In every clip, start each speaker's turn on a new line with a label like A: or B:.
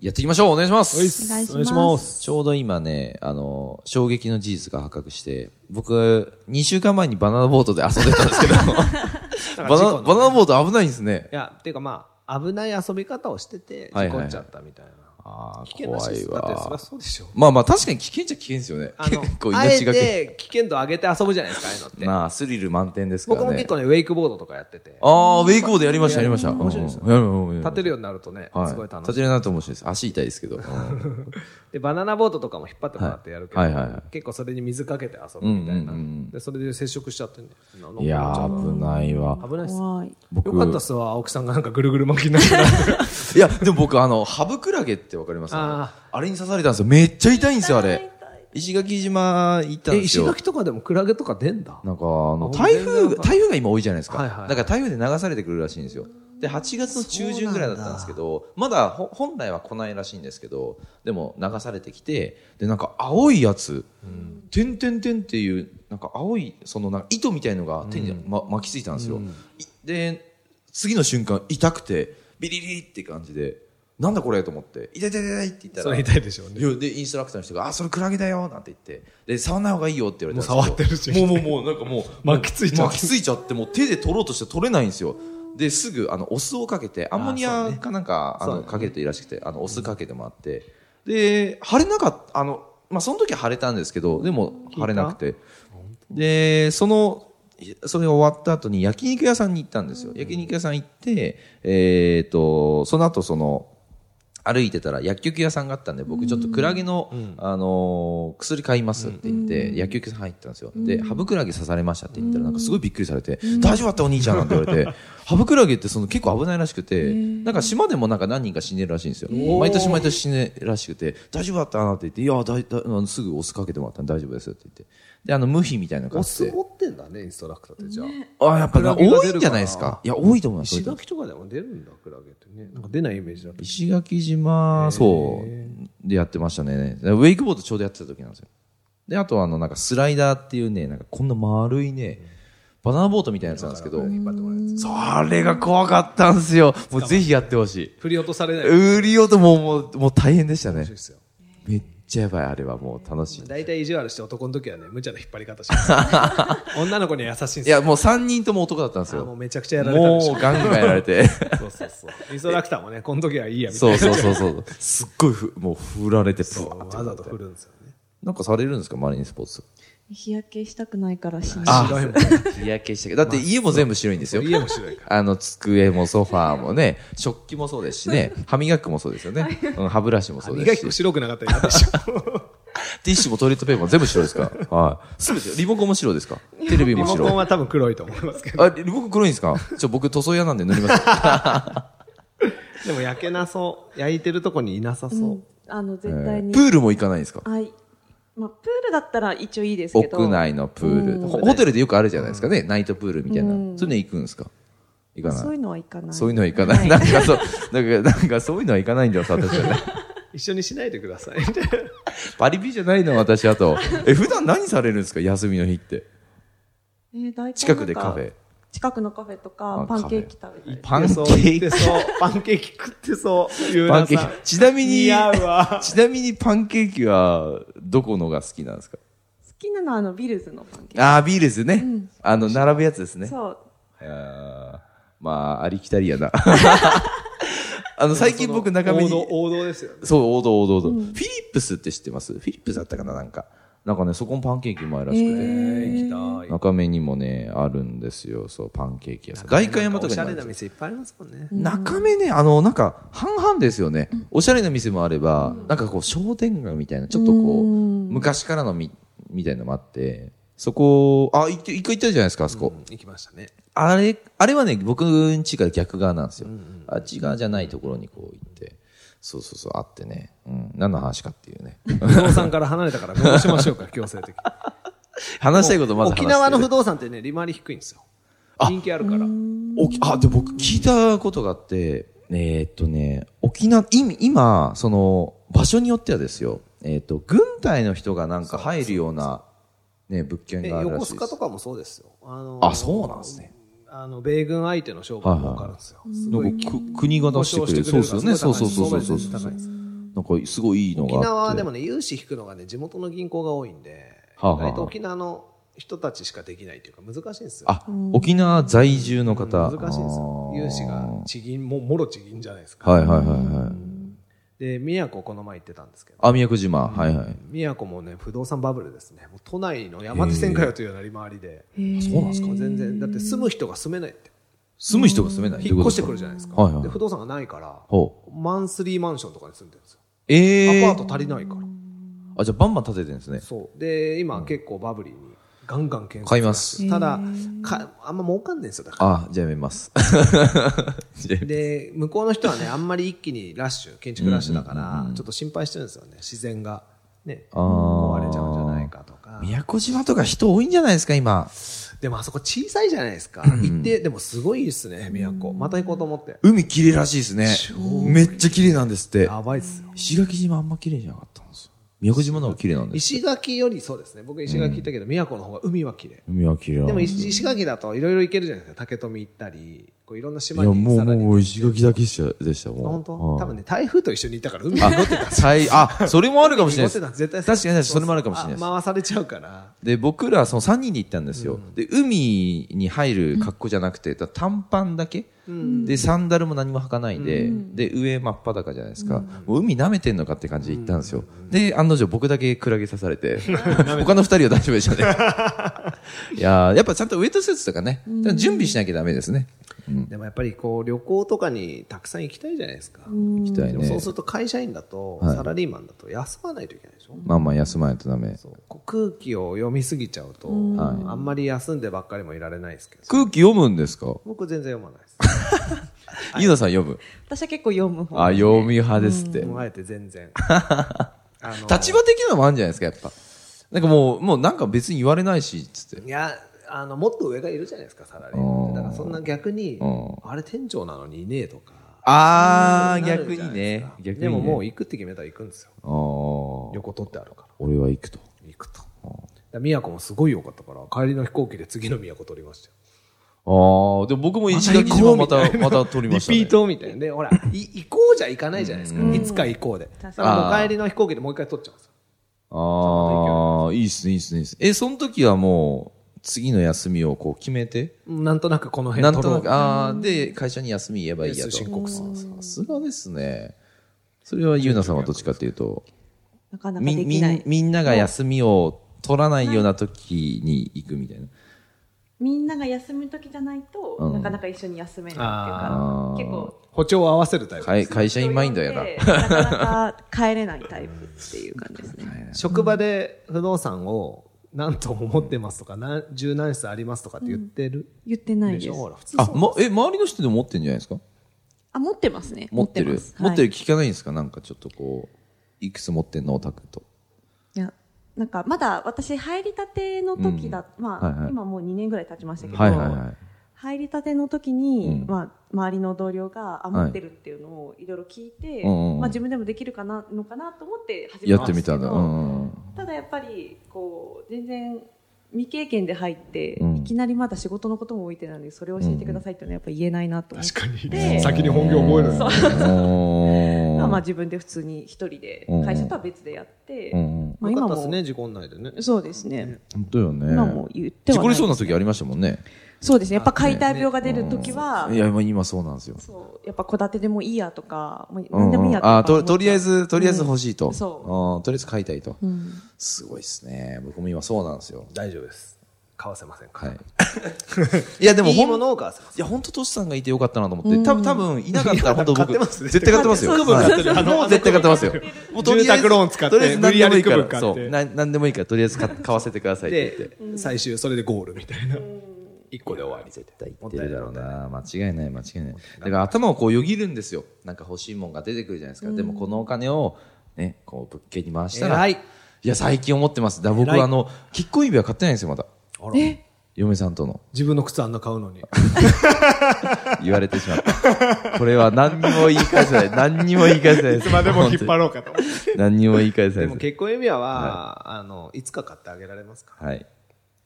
A: やっていきましょう。お願いします。
B: お願いしますお願いします
A: ちょうど今ね、あの、衝撃の事実が発覚して、僕、2週間前にバナナボートで遊んでたんですけ ど、
B: だから
A: バ
B: 事
A: ナ
B: 故の
A: バナナボート危ないんですね
B: い。や、っていうかまあ、危ない遊び方をしてて、
A: はいは
B: 事
A: い
B: 故
A: はい
B: っちゃったみたいな。
A: あ
B: 危
A: ー
B: 険なし
A: 怖い
B: だってそりゃ
A: わ。
B: そうでしょ。
A: まあまあ確かに危険っちゃ危険ですよね。
B: あ の
A: 結構、
B: あえ
A: 命がけ。
B: て危険度上げて遊ぶじゃないですか、ああいうのって。
A: まあ、スリル満点ですから
B: 僕
A: ね。
B: も結構ね、ウェイクボードとかやってて、
A: ああ、ウェイクボードやりました、やりました。
B: 面白いですよ
A: うんうんうんうん
B: 立てるようになるとね、
A: はい。
B: すごい楽
A: 立
B: し
A: て
B: い。
A: るようになると面白いです。足痛いですけど。うん
B: で、バナナボートとかも引っ張ってもらってやるけど、
A: はいはいはいはい
B: 結構それに水かけて遊ぶみたいな。
A: うんうんうん
B: で、それで接触しちゃってね。乗っかっ
A: い
B: ち
A: や
B: ゃう
A: ー、危ないわ。
B: 危ないっす。よ
C: 怖い。
A: 僕
B: かったっすわ、青木さんがなんかぐるぐる巻きになってた。
A: いや、でも僕、あの、ハブクラゲってわかりますあ
B: あ
A: れに刺されたんですよ。めっちゃ痛いんですよ、あれ。石垣島行ったん
B: え、
A: です
B: 石
A: よ。
B: 垣とかでもクラゲとか出んだ。
A: なんか、あの、
B: あ
A: 台
B: 全
A: 風
B: 然
A: が、台風が今多いじゃないですか。
B: はいはい
A: だから台風で流されてくるらしいんですよ。で、8月の中旬ぐらいだったんですけど、まだほ本来は来ないらしいんですけど、でも流されてきて、で、なんか青いやつ、てんてんてんっていう、なんか青い、そのなんか糸みたいのが手に、ま、巻きついたんですよ。いで、次の瞬間痛くて、ビリリリって感じで、なんだこれと思って、痛い痛い痛いって言ったら、
B: それ痛いでしょうね。
A: いやでインストラクターの人が「あそれクラゲだよ」なんて言ってで触んない方がいいよって言われたん
B: もう触って
A: で
B: る
A: す
B: し
A: けどもうもうもうなんかもう
B: 巻きついちゃう
A: 巻きついちゃってもう手で取ろうとして取れないんですよですぐあのお酢をかけてアンモニアかなんかあ、
B: そうね
A: のかけていらしくてあのお酢かけてもらって、で腫れなかったあの、まあ、その時は腫れたんですけどでも腫れなくてでそのそれが終わった後に焼肉屋さんに行ったんですよ、焼肉屋さん行って、えー、とその後その歩いてたら薬局屋さんがあったんで僕ちょっとクラゲの、あのー薬買いますって言って、薬局屋さん入ったんですよ、でハブクラゲ刺されましたって言ったらなんかすごいびっくりされて、大丈夫だったお兄ちゃんなんて言わ れてハブクラゲってその結構危ないらしくてなんか島でもなんか何人か死んでるらしいんですよ毎年毎年死んでるらしくて大丈夫だったなって言っていやだいだいあのすぐお酢かけてもらったんで大丈夫ですって言ってであの無比みたいな感
B: お
A: じ
B: 酢
A: で
B: 持ってんだね、インストラクターってじゃあ。
A: あやっぱな
B: クラゲが
A: 多
B: 出る
A: いんじゃないですかいや多いと思います
B: 石垣とかでも出るんだ、クラゲってね。なんか出ないイメージだった。
A: 石垣島、そう、でやってましたね。ウェイクボードちょうどやってた時なんですよ。で、あとあの、なんかスライダーっていうね、なんかこんな丸いね、バナナボートみたいなやつなんですけど、それが怖かったんですよ。もうぜひやってほし。
B: 振り落とされないい。面
A: 売りようともう、もう、もう大変でしたね
B: 白いっ。すよ。
A: めっちゃやばい、あれはもう楽しい。
B: 大体意地悪して男の時はね、無茶な引っ張り方します。女の子には優しいん
A: い
B: ですよ。
A: や、もう3人とも男だったんです
B: あもう
A: よ。
B: めちゃくちゃやられたんでし
A: も
B: ょ
A: う。ガンガンやられて。
B: そうそうそう。インストラクターもね、この時はいいや、みたい
A: そ
B: な。
A: うそうそうそう。すっごいふ、もう振られて、ブワーって
B: わざと振るんですよね。
A: なんかされるんですか、マリンスポーツ。
C: 日焼けしたくないからしない。
A: あ
B: 白いもん。
A: 日焼けしたけど、だって家も全部白いんですよ。
B: 家も白いから。
A: あの、机もソファーもね、食器もそうですしね、歯磨くもそうですよね。うん、歯ブラシもそう
B: 磨
A: で
B: き粉
A: すし、
B: 白くなかったら嫌でしょ。
A: ティッシュもトイレットペーパーも全部白ですから。はい。すべて、リモコンも白ですかテレビ
B: リ
A: も
B: モコン
A: 白。
B: は多分黒いと思いますけど。
A: あ、リモコン黒いんですかちょ、僕塗装屋なんで塗り ます。
B: でも焼けなそう。焼いてるとこにいなさそう。
C: あの、
A: え
C: 絶対
A: ー
C: に。
A: プールも行かないんですか
C: あい。まあ、プールだったら一応いいですけど。
A: 屋内のプー
C: う
A: ル。
C: ん
A: ホホテルでよくあるじゃないですかね、ナイトプールみたいな。
C: うん
A: そういうの行くんですか行か
C: そう
A: ないい。
C: うのはいかない。
A: そういうのは行かない。 なんかそう、なんか、なんかそういうのは行かないんだよ、私はね。
B: 一緒にしないでください。
A: パリピじゃないの、私、あと。え、普段何されるんですか休みの日って。
C: えー大体なんか
A: 近くでカフェ。
C: 近くのカフェと
A: あ
C: か、パンケーキ食べたり。
A: パンケーキ
B: 行ってそう。パンケーキ食ってそう。ユー
A: パン
B: ラ
A: ケ
B: さん
A: ーキ。ちなみに、
B: 似合うわ。
A: ちなみにパンケーキは、どこのが好きなんですか
C: 好きなのはあの、ビルズのパンケー
A: ああ、ビールですね。あの、並ぶやつです
C: キ。
A: ね。
C: そう。
A: あーまあ、ありきたりや な。あの、最近僕中身
B: 王道
A: に、
B: 王道ですよね。
A: そう、王道、王道、王道。フィリップスって知ってますフィリップスだったかななんか。なんかね、そこもパンケーキうまいらしくて。
B: 行きたい。
A: 中目にもね、あるんですよ。そう、パンケーキ屋さん。外観山とか
B: おし
A: にも
B: ゃ
A: ある
B: れ
A: んで
B: な
A: すよ
B: 店いっぱいありますもんね。
A: 中目ね、あの、なんか、半々ですよね。おしゃれな店もあれば、なんかこう、商店街みたいな、ちょっとこう、昔からのみ、みたいなのもあって、そこ、あ、行って、一回行ったじゃないですか、あそこ。
B: 行きましたね。
A: あれ、あれはね、僕ん家から逆側なんですよ。あっち側じゃないところにこう行って。そうそうそう、あってね。うん。何の話かっていうね。
B: 不動産から離れたから戻しましょう か、強制的に。
A: 話したいことまず話して
B: 沖
A: ね
B: 縄の不動産ってね、利回り低いんですよ。人気あるから。
A: おきあ、で、僕聞いたことがあって、えーっとね、沖縄、今、今、その、場所によってはですよ、えーっと、軍隊の人がなんか入るような、ね、物件
B: で
A: があるら
B: 横
A: しい
B: 須
A: で
B: 賀
A: す
B: と。かもそうですよ。あの
A: あ、そうなんですね。
B: あの、米軍相手の商売もかるんですよ。す
A: な
B: ごい
A: んかく国が出してくれる。そう
B: 保証
A: ですよ
B: してくれる
A: ね。
B: から
A: そうそうそうそうそう
B: すごい高いです
A: なんか、すごいいいのがあって。
B: 沖縄はでもね、融資引くのがね、地元の銀行が多いんで、
A: はあはあ
B: 意外と沖縄の人たちしかできないというか難しいんですよ。
A: あ、沖縄在住の方。
B: 難しいんですよ
A: あ。ー
B: 融資が地銀、も、もろ地銀じゃないですか。
A: はいはいはいはい。
B: で、宮古この前行ってたんですけど、
A: あ、宮古島。はいはい。
B: 宮古もね、不動産バブルですね。もう都内の山手線かよというような利回りで、
A: そうなんですか
B: もう全然、だって住む人が住めないって。
A: 住む人が住めない
B: 引っ越してくる
A: じ
B: じゃないですか。
A: はいはい
B: で、不動産がないから、
A: ほう。
B: マンスリーマンションとかに住んでるんですよ。
A: ええ
B: アパート足りないから。
A: あ、じゃあバンバン建ててるんですね。
B: そう。で、今結構バブリーにガンガン検索
A: 買います
B: ただ、かあんま儲かんないんですよ、だから。
A: あ、じゃあやめ ます。じゃあ
B: で、向こうの人はね、あんまり一気にラッシュ、建築ラッシュだから、ちょっと心配してるんですよね。自然がね、
A: あー
B: 壊れちゃうんじゃないかとか。
A: 宮古島とか人多いんじゃないですか、今。
B: でもあそこ小さいじゃないですか。行って、でもすごいですね、宮古。また行こうと思って。
A: 海綺麗らしいですね。めっちゃ綺麗なんですって。
B: やばいっすよ。
A: 石垣島あんま綺麗じゃなかったんですよ。宮古島の方が綺麗なんです。
B: 石垣よりそうですね。僕石垣行ったけど、宮古の方が海は綺麗。
A: 海は綺麗なん
B: でも
A: ですよ。
B: 石石垣だといろいろ行けるじゃないですか。竹富行ったり、こういろんな島
A: い
B: に
A: や、もう、
B: さらに
A: もう、石垣だけでしたでした、もう。
B: 本当、
A: はい
B: 多分ね、台風と一緒にいたから海に
A: あ
B: 乗ってた。、
A: 最あ、それもあるかもしれない
B: 乗ってた
A: です。
B: 絶対
A: 確かに確かにそれもあるかもしれないです
B: あ回されちゃうから。
A: で、僕ら、その3人で行ったんですよ。で、海に入る格好じゃなくて、だ短パンだけ、で、サンダルも何も履かないで、で、上真っ裸じゃないですか。もう海舐めてんのかって感じで行ったんですよ。で、案の定僕だけクラゲ刺され て、他の2人は大丈夫でした ね。いやーやっぱちゃんとウェットスーツとかね、準備しなきゃダメですね。
B: でもやっぱりこう旅行とかにたくさん行きたいじゃないですか。
A: 行きたい
B: でもそう
A: ね
B: す。ると会社員だと、
A: はい
B: サラリーマンだと休まないといけないでしょ。
A: まあまあ休まないとダメ。
B: そうこう空気を読みすぎちゃうと、
A: はい
B: あんまり休んでばっかりもいられないですけど。
A: 空気読むんですか
B: 僕全然読まないです。
A: 飯田さん読む。
C: 私は結構読む方
A: あ、読み派ですって。
B: もうあえて 全然。あの
A: 立場的なのもあるんじゃないですか、やっぱ。なんかもう、もうなんか別に言われないし、つって。
B: いや、あの、もっと上がいるじゃないですか、サラリーマンって。だからそんな逆に
A: う、
B: あれ店長なのにいねえとか。
A: あー、
B: なる
A: 逆
B: じゃな
A: に
B: いで
A: ね
B: すか。
A: 逆にね。
B: でももう行くって決めたら行くんですよ。
A: あー、
B: 横取ってあるから。
A: 俺は行くと。
B: 行くと。だから宮古もすごい良かったから、帰りの飛行機で次の宮古取りましたよ。
A: あー、でも僕も石垣島また、また撮りました、ね。
B: リピートみたいな。で、ほら、い行こうじゃ行かないじゃないですか。いつか行こうで。だ
C: 確
B: か
C: から
A: に
B: らもう帰りの飛行機でもう一回取っちゃうんですよ。
A: あー、いいっすね、いいっすね、いいっすね。え、その時はもう、次の休みをこう決めて、
B: なんとなくこの辺
A: なんと
B: 取ろ
A: な
B: う
A: く、あー、で、会社に休み言えばいいやと。
B: です申告する
A: あーさすがですね。それは、ゆうなさんはどっちかっていうと、
C: なかなか
A: み
C: でき
A: み
C: なんい。
A: みんなが休みを取らないような時に行くみたいな。
C: みんなが休む時じゃないと、
A: うん
C: なかなか一緒に休めないっていう
A: あ
C: か
A: ー、
C: 結構。
B: 歩調を合わせるタイプ。
A: 会会社員マインドやな。
C: 人呼んでなかなか帰れないタイプっていう感じですね。
B: 職場で不動産を何とも持ってますとか、何十何室ありますとかって言ってる
C: 言ってない
B: でし
C: で
B: ょ
C: す。
B: ほら、普通
A: あ、ま、え、周りの人でも持ってんじゃないですか
C: あ、持ってますね。
A: 持ってる。持
C: ま
A: っ
C: す
A: てる,、聞かないんですかなんかちょっとこう、いくつ持ってんのオタクと。
C: いや、なんかまだ私入りたての時だ、まあ、
A: はいはい
C: 今もう2年ぐらい経ちましたけど、
A: はいはいはい。
C: 入りたての時に、
A: うん
C: まあ、周りの同僚が、あ、
A: はい
C: 持ってるっていうのをいろいろ聞いて、
A: うんうん
C: まあ自分でもできるかな、のかなと思って始め
A: や
C: た
A: っ
C: ん
A: て
C: で
A: み
C: す
A: た
C: けど、
A: んだ。うんうん。
C: ただやっぱり、こう、全然、未経験で入って、
A: うん
C: いきなりまだ仕事のことも置いてないので、それを教えてくださいっていうのはやっぱ言えないなと思って。
B: か
C: で
B: 先に本業覚えるんですよ
A: お ー、
C: まあまあ自分で普通に一人で、会社とは別でやって
A: うんうん。
C: まあ
B: よか
C: 今
B: ったです
C: も、
B: ね、事故内でね。
C: そうですね。
A: 本当よね。
C: 今も言って
A: 事
C: は
A: 故り
C: ないです
A: そうな時ありましたもんね。
C: そうですね。やっぱ解体病が出るときは、
A: いや、もう今そうなんですよ。
C: そう、やっぱ戸建てでもいいやとか、もう
A: うん
C: 何でもいい
A: う
C: や
A: ん
C: とか
A: あ、と、とりあえず、とりあえず欲しいと。
C: うん
A: そ
C: そ
A: うん。とりあえず買いたいと。
C: ん
A: すごいですね。僕も今そうなんですよ。
B: 大丈夫です。買わせませんか
A: は
B: ら。
A: い。いや、でも
B: いい
A: ほ
B: も
A: ん
B: のを買わせます。
A: いや、本当トシさんがいてよかったなと思って、多分、多分、いなかったら本当僕、
B: 買ってますね
A: 絶対買ってますよ。
C: そうそうそう
A: はいもう絶対買ってますよ。もうとりあえず
B: 住宅ローン使って
A: とりあえず何でもいいか
B: 無理や
A: ら、
B: り区分買っ
A: そ
B: て
A: う。な、なんでもいいから、とりあえず買買わせてくださいって言って。
B: で、最終それでゴールみたいな。
D: 一個で終わり絶対
A: 持ってるだろうな間違いない間違いないだから頭をこうよぎるんですよなんか欲しいもんが出てくるじゃないですか、でもこのお金をねこう物件に回したら、
B: 偉い
A: いや最近思ってますだから僕
B: 偉い
A: はあのキッコー指輪買ってないんですよまだ
B: あら
A: 嫁さんとの
B: 自分の靴あんな買うのに。
A: 言われてしまったこれは何にも言い返せない何にも言い返せない
D: いつまでも引っ張
A: る
D: ろうか と
A: 何にも言い返せな
B: で
A: いで
B: も
A: す
B: 結婚指輪は、あの、いつか買ってあげられますか
A: はい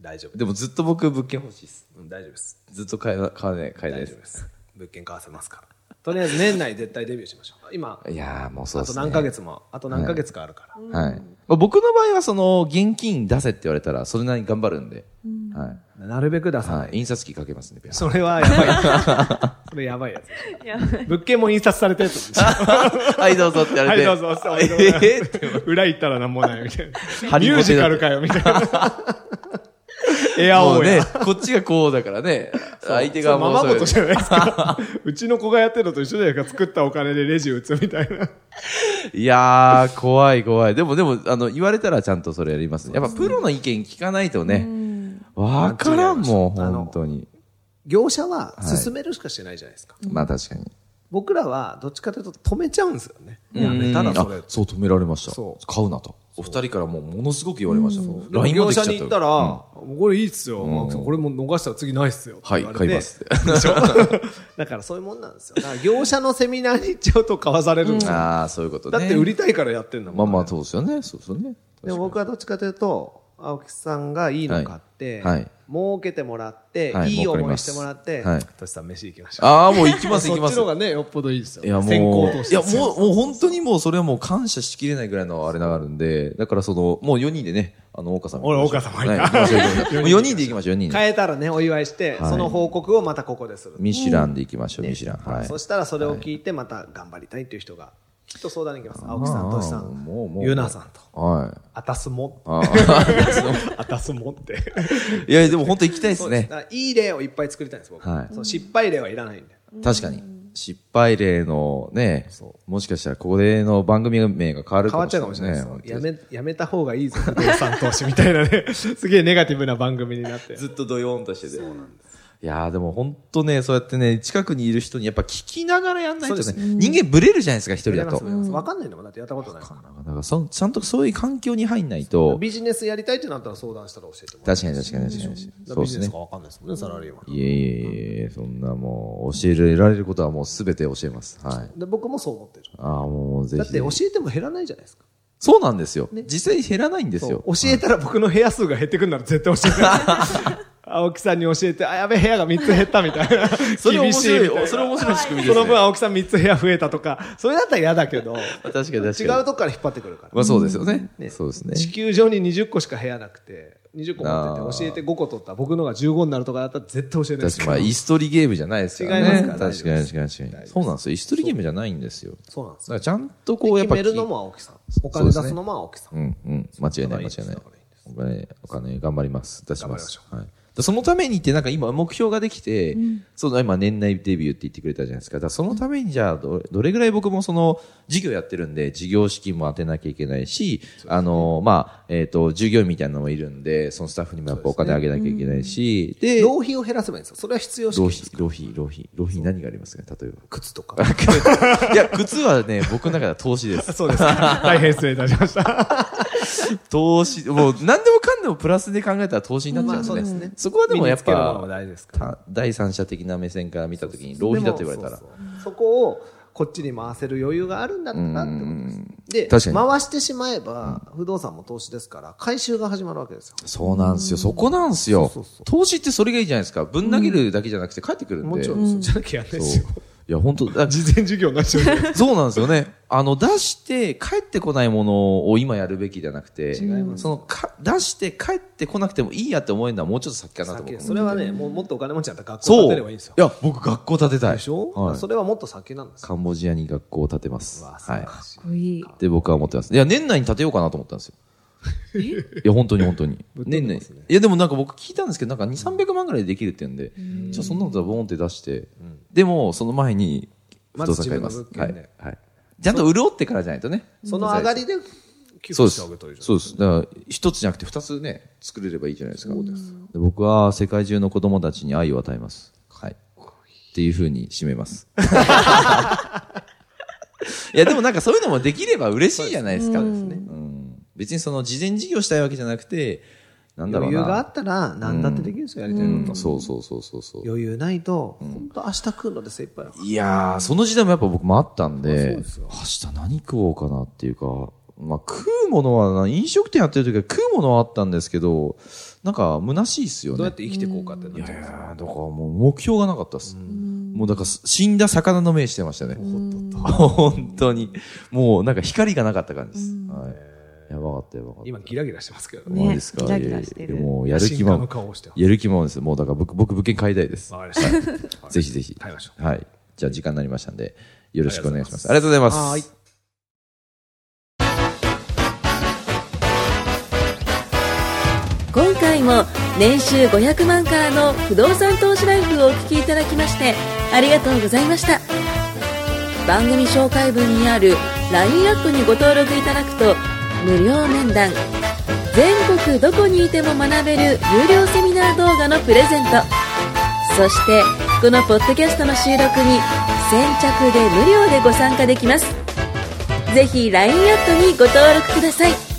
B: 大丈夫。
A: でもずっと僕物件欲しいです
B: うん大丈夫です。
A: ずっと買えな買わない買えない
B: 大
A: で
B: 丈夫ですす。物件買わせますから。とりあえず年内絶対デビューしましょう。今、
A: いやーもうそう
B: あ
A: で
B: と
A: すね
B: 何ヶ月も、あと何ヶ月かあるから。
A: はい。僕の場合は、その、現金出せって言われたら、それなりに頑張るんで、は
B: なるべく出
A: い。
B: さな。
A: はいい。印刷機かけますね、ペア
B: それはやばいやつ。それやばいやつ。
C: いや
B: 物件も印刷されたやつ。
A: はい、どうぞって言わ
D: は
A: れ
D: い
A: て。
D: どうぞお
A: え
D: めでとうござい
A: ー
D: ま
A: っ
D: す
A: て
D: 裏行ったらなんもないみたいな
A: ハリ
D: ミ
A: ボ
D: ュ
A: テだ
D: ージカルかよみたいなエア
A: も
D: オ
A: う
D: ーや
A: ね、こっちがこうだからね、相手
D: そ
A: が
D: う
A: も
D: ま
A: う
D: まご
A: そ
D: と
A: う
D: じゃないですか。うちの子がやってるのと一緒じゃないですか。作ったお金でレジ打つみたいな。
A: いやー、怖い怖い。でも、でも、あの、言われたらちゃんとそれやりますね。やっぱ、プロの意見聞かないとね、わからんもん、
B: 間違いない
A: 本当に。
B: 業者は進めるしかしてないじゃないですか。
A: まあ、確かに。
B: 僕らはどっちかというと止めちゃうんですよね。
A: う
B: や
A: ん
B: めたらそれ
A: あ。そう、止められました
B: そう。
A: 買うなと。お二人からもう、ものすごく言われました。
B: でも
A: LINE ま
B: 業
A: で来ちゃった
B: 者に
A: よ
B: 行ったら、
A: うん
B: これいいっすよ、
A: うん
B: マークさんこれも逃したら次ないっすよ。
A: はい、
B: って
A: 買
B: 言
A: い
B: われ
A: ま
B: て
A: す。
B: だからそういうもんなんですよ。だから業者のセミナーに行っちゃうと買わされるんですよ。
A: ああ、そういうこと
B: だ
A: ね。
B: って売りたいからやってんだ
A: ま
B: も
A: あ
B: ん。
A: まあ、そうですよね。そうですよね。
B: でも僕はどっちかというと、青木さんがいいの買って、
A: はいはい
B: 儲けてもらって、
A: はい
B: い、い
A: 儲かり
B: 思
A: ま
B: い
A: す
B: してもらって、
A: はい
B: トシさん飯行きましょう。
A: ああ、もう行きます、行 き
B: そ
A: ま
B: っち
A: す。
B: の方がね、よっぽどいいですよ。
A: いや、
B: 先
A: も
B: 行
A: う、
B: 投資
A: いや、もう、もう本当にもう、それはもう感謝しきれないぐらいのあれがあるんで、だからその、もう4人でね、あの、岡さん。
D: ほら岡様
A: はい
D: い
A: 行
D: た
A: きましょう行きまし ょうもう4人で行きましょう、4人で。
B: 変えたらね、お祝いして、
A: はい
B: その報告をまたここでする。
A: ミシュランで行きましょう、ミシュラン。はい。
B: そしたらそれを聞いて、また頑張りたいという人が、きっと相談に来ます。
A: あー
B: 青木さん、トシさん、
A: もうもう
B: ゆなさんと。
A: はい。
B: あたすも。
A: あー
B: あたすもって。
A: いや、でも本当行きたいです
B: そうです。
A: ね。
B: だからいい例をいっぱい作りたいんです、僕。
A: はい
B: その失敗例はいらないんで。
A: 確かに。失敗例のね、もしかしたらここでの番組名が変わる
B: 変わっちゃう
A: かも
B: かも
A: し
B: し
A: れ
B: れ
A: な
B: ないい
A: です
B: で
A: ね。
B: す。やめ、やめた方がいいぞ。
D: 不動産投資みたいなね。 すげえネガティブな番組になって。
A: ずっとドヨーンとしてて。いやーでも本当ね、そうやってね、近くにいる人にやっぱ聞きながらやんないとね、
B: そうで
A: 人間ブレるじゃないですか、一人だと。
B: わかんないんだもん。だってやったことないから。
A: だからそちゃんとそういう環境に入んないと、
B: ビジネスやりたいってなったら相談したら教えてもらう。
A: 確かに確かに確かに。そう
B: だから
A: で
B: ビジ
A: す
B: ネス
A: ね
B: か。わかんないですもんね、サラリーマン。
A: いえいえいえ、そんなもう、教えられることはもうすべて教えます。はい。
B: で僕もそう思ってる。
A: ああ、もうぜひ
B: だ
A: ね、
B: って教えても減らないじゃないですか。
A: そうなんですよ。実際減らないんですよ。
B: 教えたら僕の部屋数が減ってくるなら絶対教えてください 青木さんに教えて、あ、やべ、部屋が3つ減ったみたいな。
A: それ面
B: 厳しい
A: 白
B: み
A: い
B: たい、な
A: それ面白い仕組みで
B: そ
A: す
B: の分
A: ね。
B: 青木さん3つ部屋増えたとか、それだったら嫌だけど、
A: 確かに確かに。
B: 違うとこから引っ張ってくるから。
A: まあそうですよね。
B: ね
A: そうですね。
B: 地球上に20個しか部屋なくて、20個持ってて、教えて5個取ったら、僕のが15になるとかだったら絶対教えないです
A: 確かに、まあ、椅子取りゲームじゃないですよね。
B: 違いますか
A: 確
B: ら
A: かに確かに確かに。そうなんですよ。椅子取りゲームじゃないんですよ。
B: そうなんで
A: だ
B: す
A: か
B: よ。
A: らちゃんとこう、やっ
B: 決
A: ぱ
B: めるのも青木さん。お金出すのも青木さん。
A: うんうん。間違いない間違いない。お金、お金頑張ります。出します。はい。でそのためにって、なんか今目標ができて、その今年内デビューって言ってくれたじゃないですか。だからそのためにじゃあど、どれぐらい僕もその事業やってるんで、事業資金も当てなきゃいけないし、あの、まあ、えっ、と、従業員みたいなのもいるんで、そのスタッフにもやっぱお金あげなきゃいけないし、で、
B: 浪費を減らせばいいんですよ。それは必要
A: 浪
B: し
A: 費、浪費、浪費、浪費何がありますかね、 例え
B: 靴とか。
A: ば。いや、靴はね、僕の中では投資です。
D: そうですか。大変失礼いたしま した。
A: 投資、もう何でもかんでもプラスで考えたら投資になっちゃうんですね。
B: まあそうですね
A: そこはでもやっ
B: 身につけるもの
A: ぱ
B: が、大事ですから。
A: た第三者的な目線から見たときに浪費だと言われたら
B: でも。そうそうそこをこっちに回せる余裕があるんだったらってことで
A: 確か
B: す。で、
A: に
B: 回してしまえば、不動産も投資ですから、回収が始まるわけですよ。
A: そうなんですよ。そこなんですよ
B: そうそうそ。
A: 投資ってそれがいいじゃないですか。ぶん投げるだけじゃなくて帰ってくるんで。
B: もちろんですよ、じゃなきゃやんないです
A: そう
B: よ。
A: いや、本当だ
D: 事前授業なしで。
A: そうなんですよね。あの、出して帰ってこないものを今やるべきじゃなくて、そのか出して帰ってこなくてもいいやって思えるのはもうちょっと先かなと
B: 先
A: 思う。
B: それはね、もうもっとお金持ちだったら学校
A: そう。
B: 建てればいいんですよ。
A: や、僕学校建てたい。
B: でしょ、
A: はい
B: それはもっと先なんですよ。
A: カンボジアに学校を建てます。
B: わあ
A: はい。
C: かっこいい。
A: で、僕は思ってます。いや、年内に建てようかなと思ったんですよ。いや、本当に本当に。年内。いや、でもなんか僕聞いたんですけど、なんか2、300万ぐらいでできるって言うんで、じゃあそんなことはボーンって出して、でも、その前に、不動産買います。
B: まず自
A: は
B: 分の物件
A: い
B: で。
A: はい。ちゃんと潤ってからじゃないとね。
B: その上がりで
D: 寄
A: そ
D: 付
A: う
D: して
A: です
D: あげたり。じゃ
A: そ
D: ん。
A: うです。だから、一つじゃなくて二つね、作れればいいじゃないですか。で僕は世界中の子供たちに愛を与えます。はい。っていうふうに締めます。いや、でもなんかそういうのもできれば嬉しいじゃないですか。うん別にその事前事業したいわけじゃなくて、なんだろう
E: 余
A: な。
E: 裕があったら何だってできるんですよ、やりたい
A: うん
E: こと。
A: そうそうそうそうそう。
E: 余裕ないと、本当明日食うので精一杯。
A: いやー、その時代もやっぱ僕もあったんで、明日何食おうかなっていうか、まあ食うものはな、飲食店やってる時は食うものはあったんですけど、なんか虚しいっすよね。
D: どうやって生きていこうかってなっ
A: い
D: ちゃ
A: や
D: う
A: いや、だからもう目標がなかったっす。もうだから死んだ魚の目してましたね。 本当に。もうなんか光がなかった感じです。はい。やばかったやばかった。
D: 今ギラギラしてますけどね。
A: マジですか
C: ねギラギラしてる
A: いやいやもうやる気
D: 進化の
A: も、
D: 顔をしてます。
A: やる気もです。もうだから僕、僕物件買いたいです。
D: わかりま した
A: ぜひぜひ。
D: 買いましょ
A: はい。じゃあ時間になりましたんで、よろしくお願いします。ありがとうございます。
E: はい
F: 今回も年収500万からの不動産投資ライフをお聞きいただきましてありがとうございました番組紹介文にある LINE アップにご登録いただくと無料面談全国どこにいても学べる有料セミナー動画のプレゼントそしてこのポッドキャストの収録に先着で無料でご参加できますぜひ LINE アットにご登録ください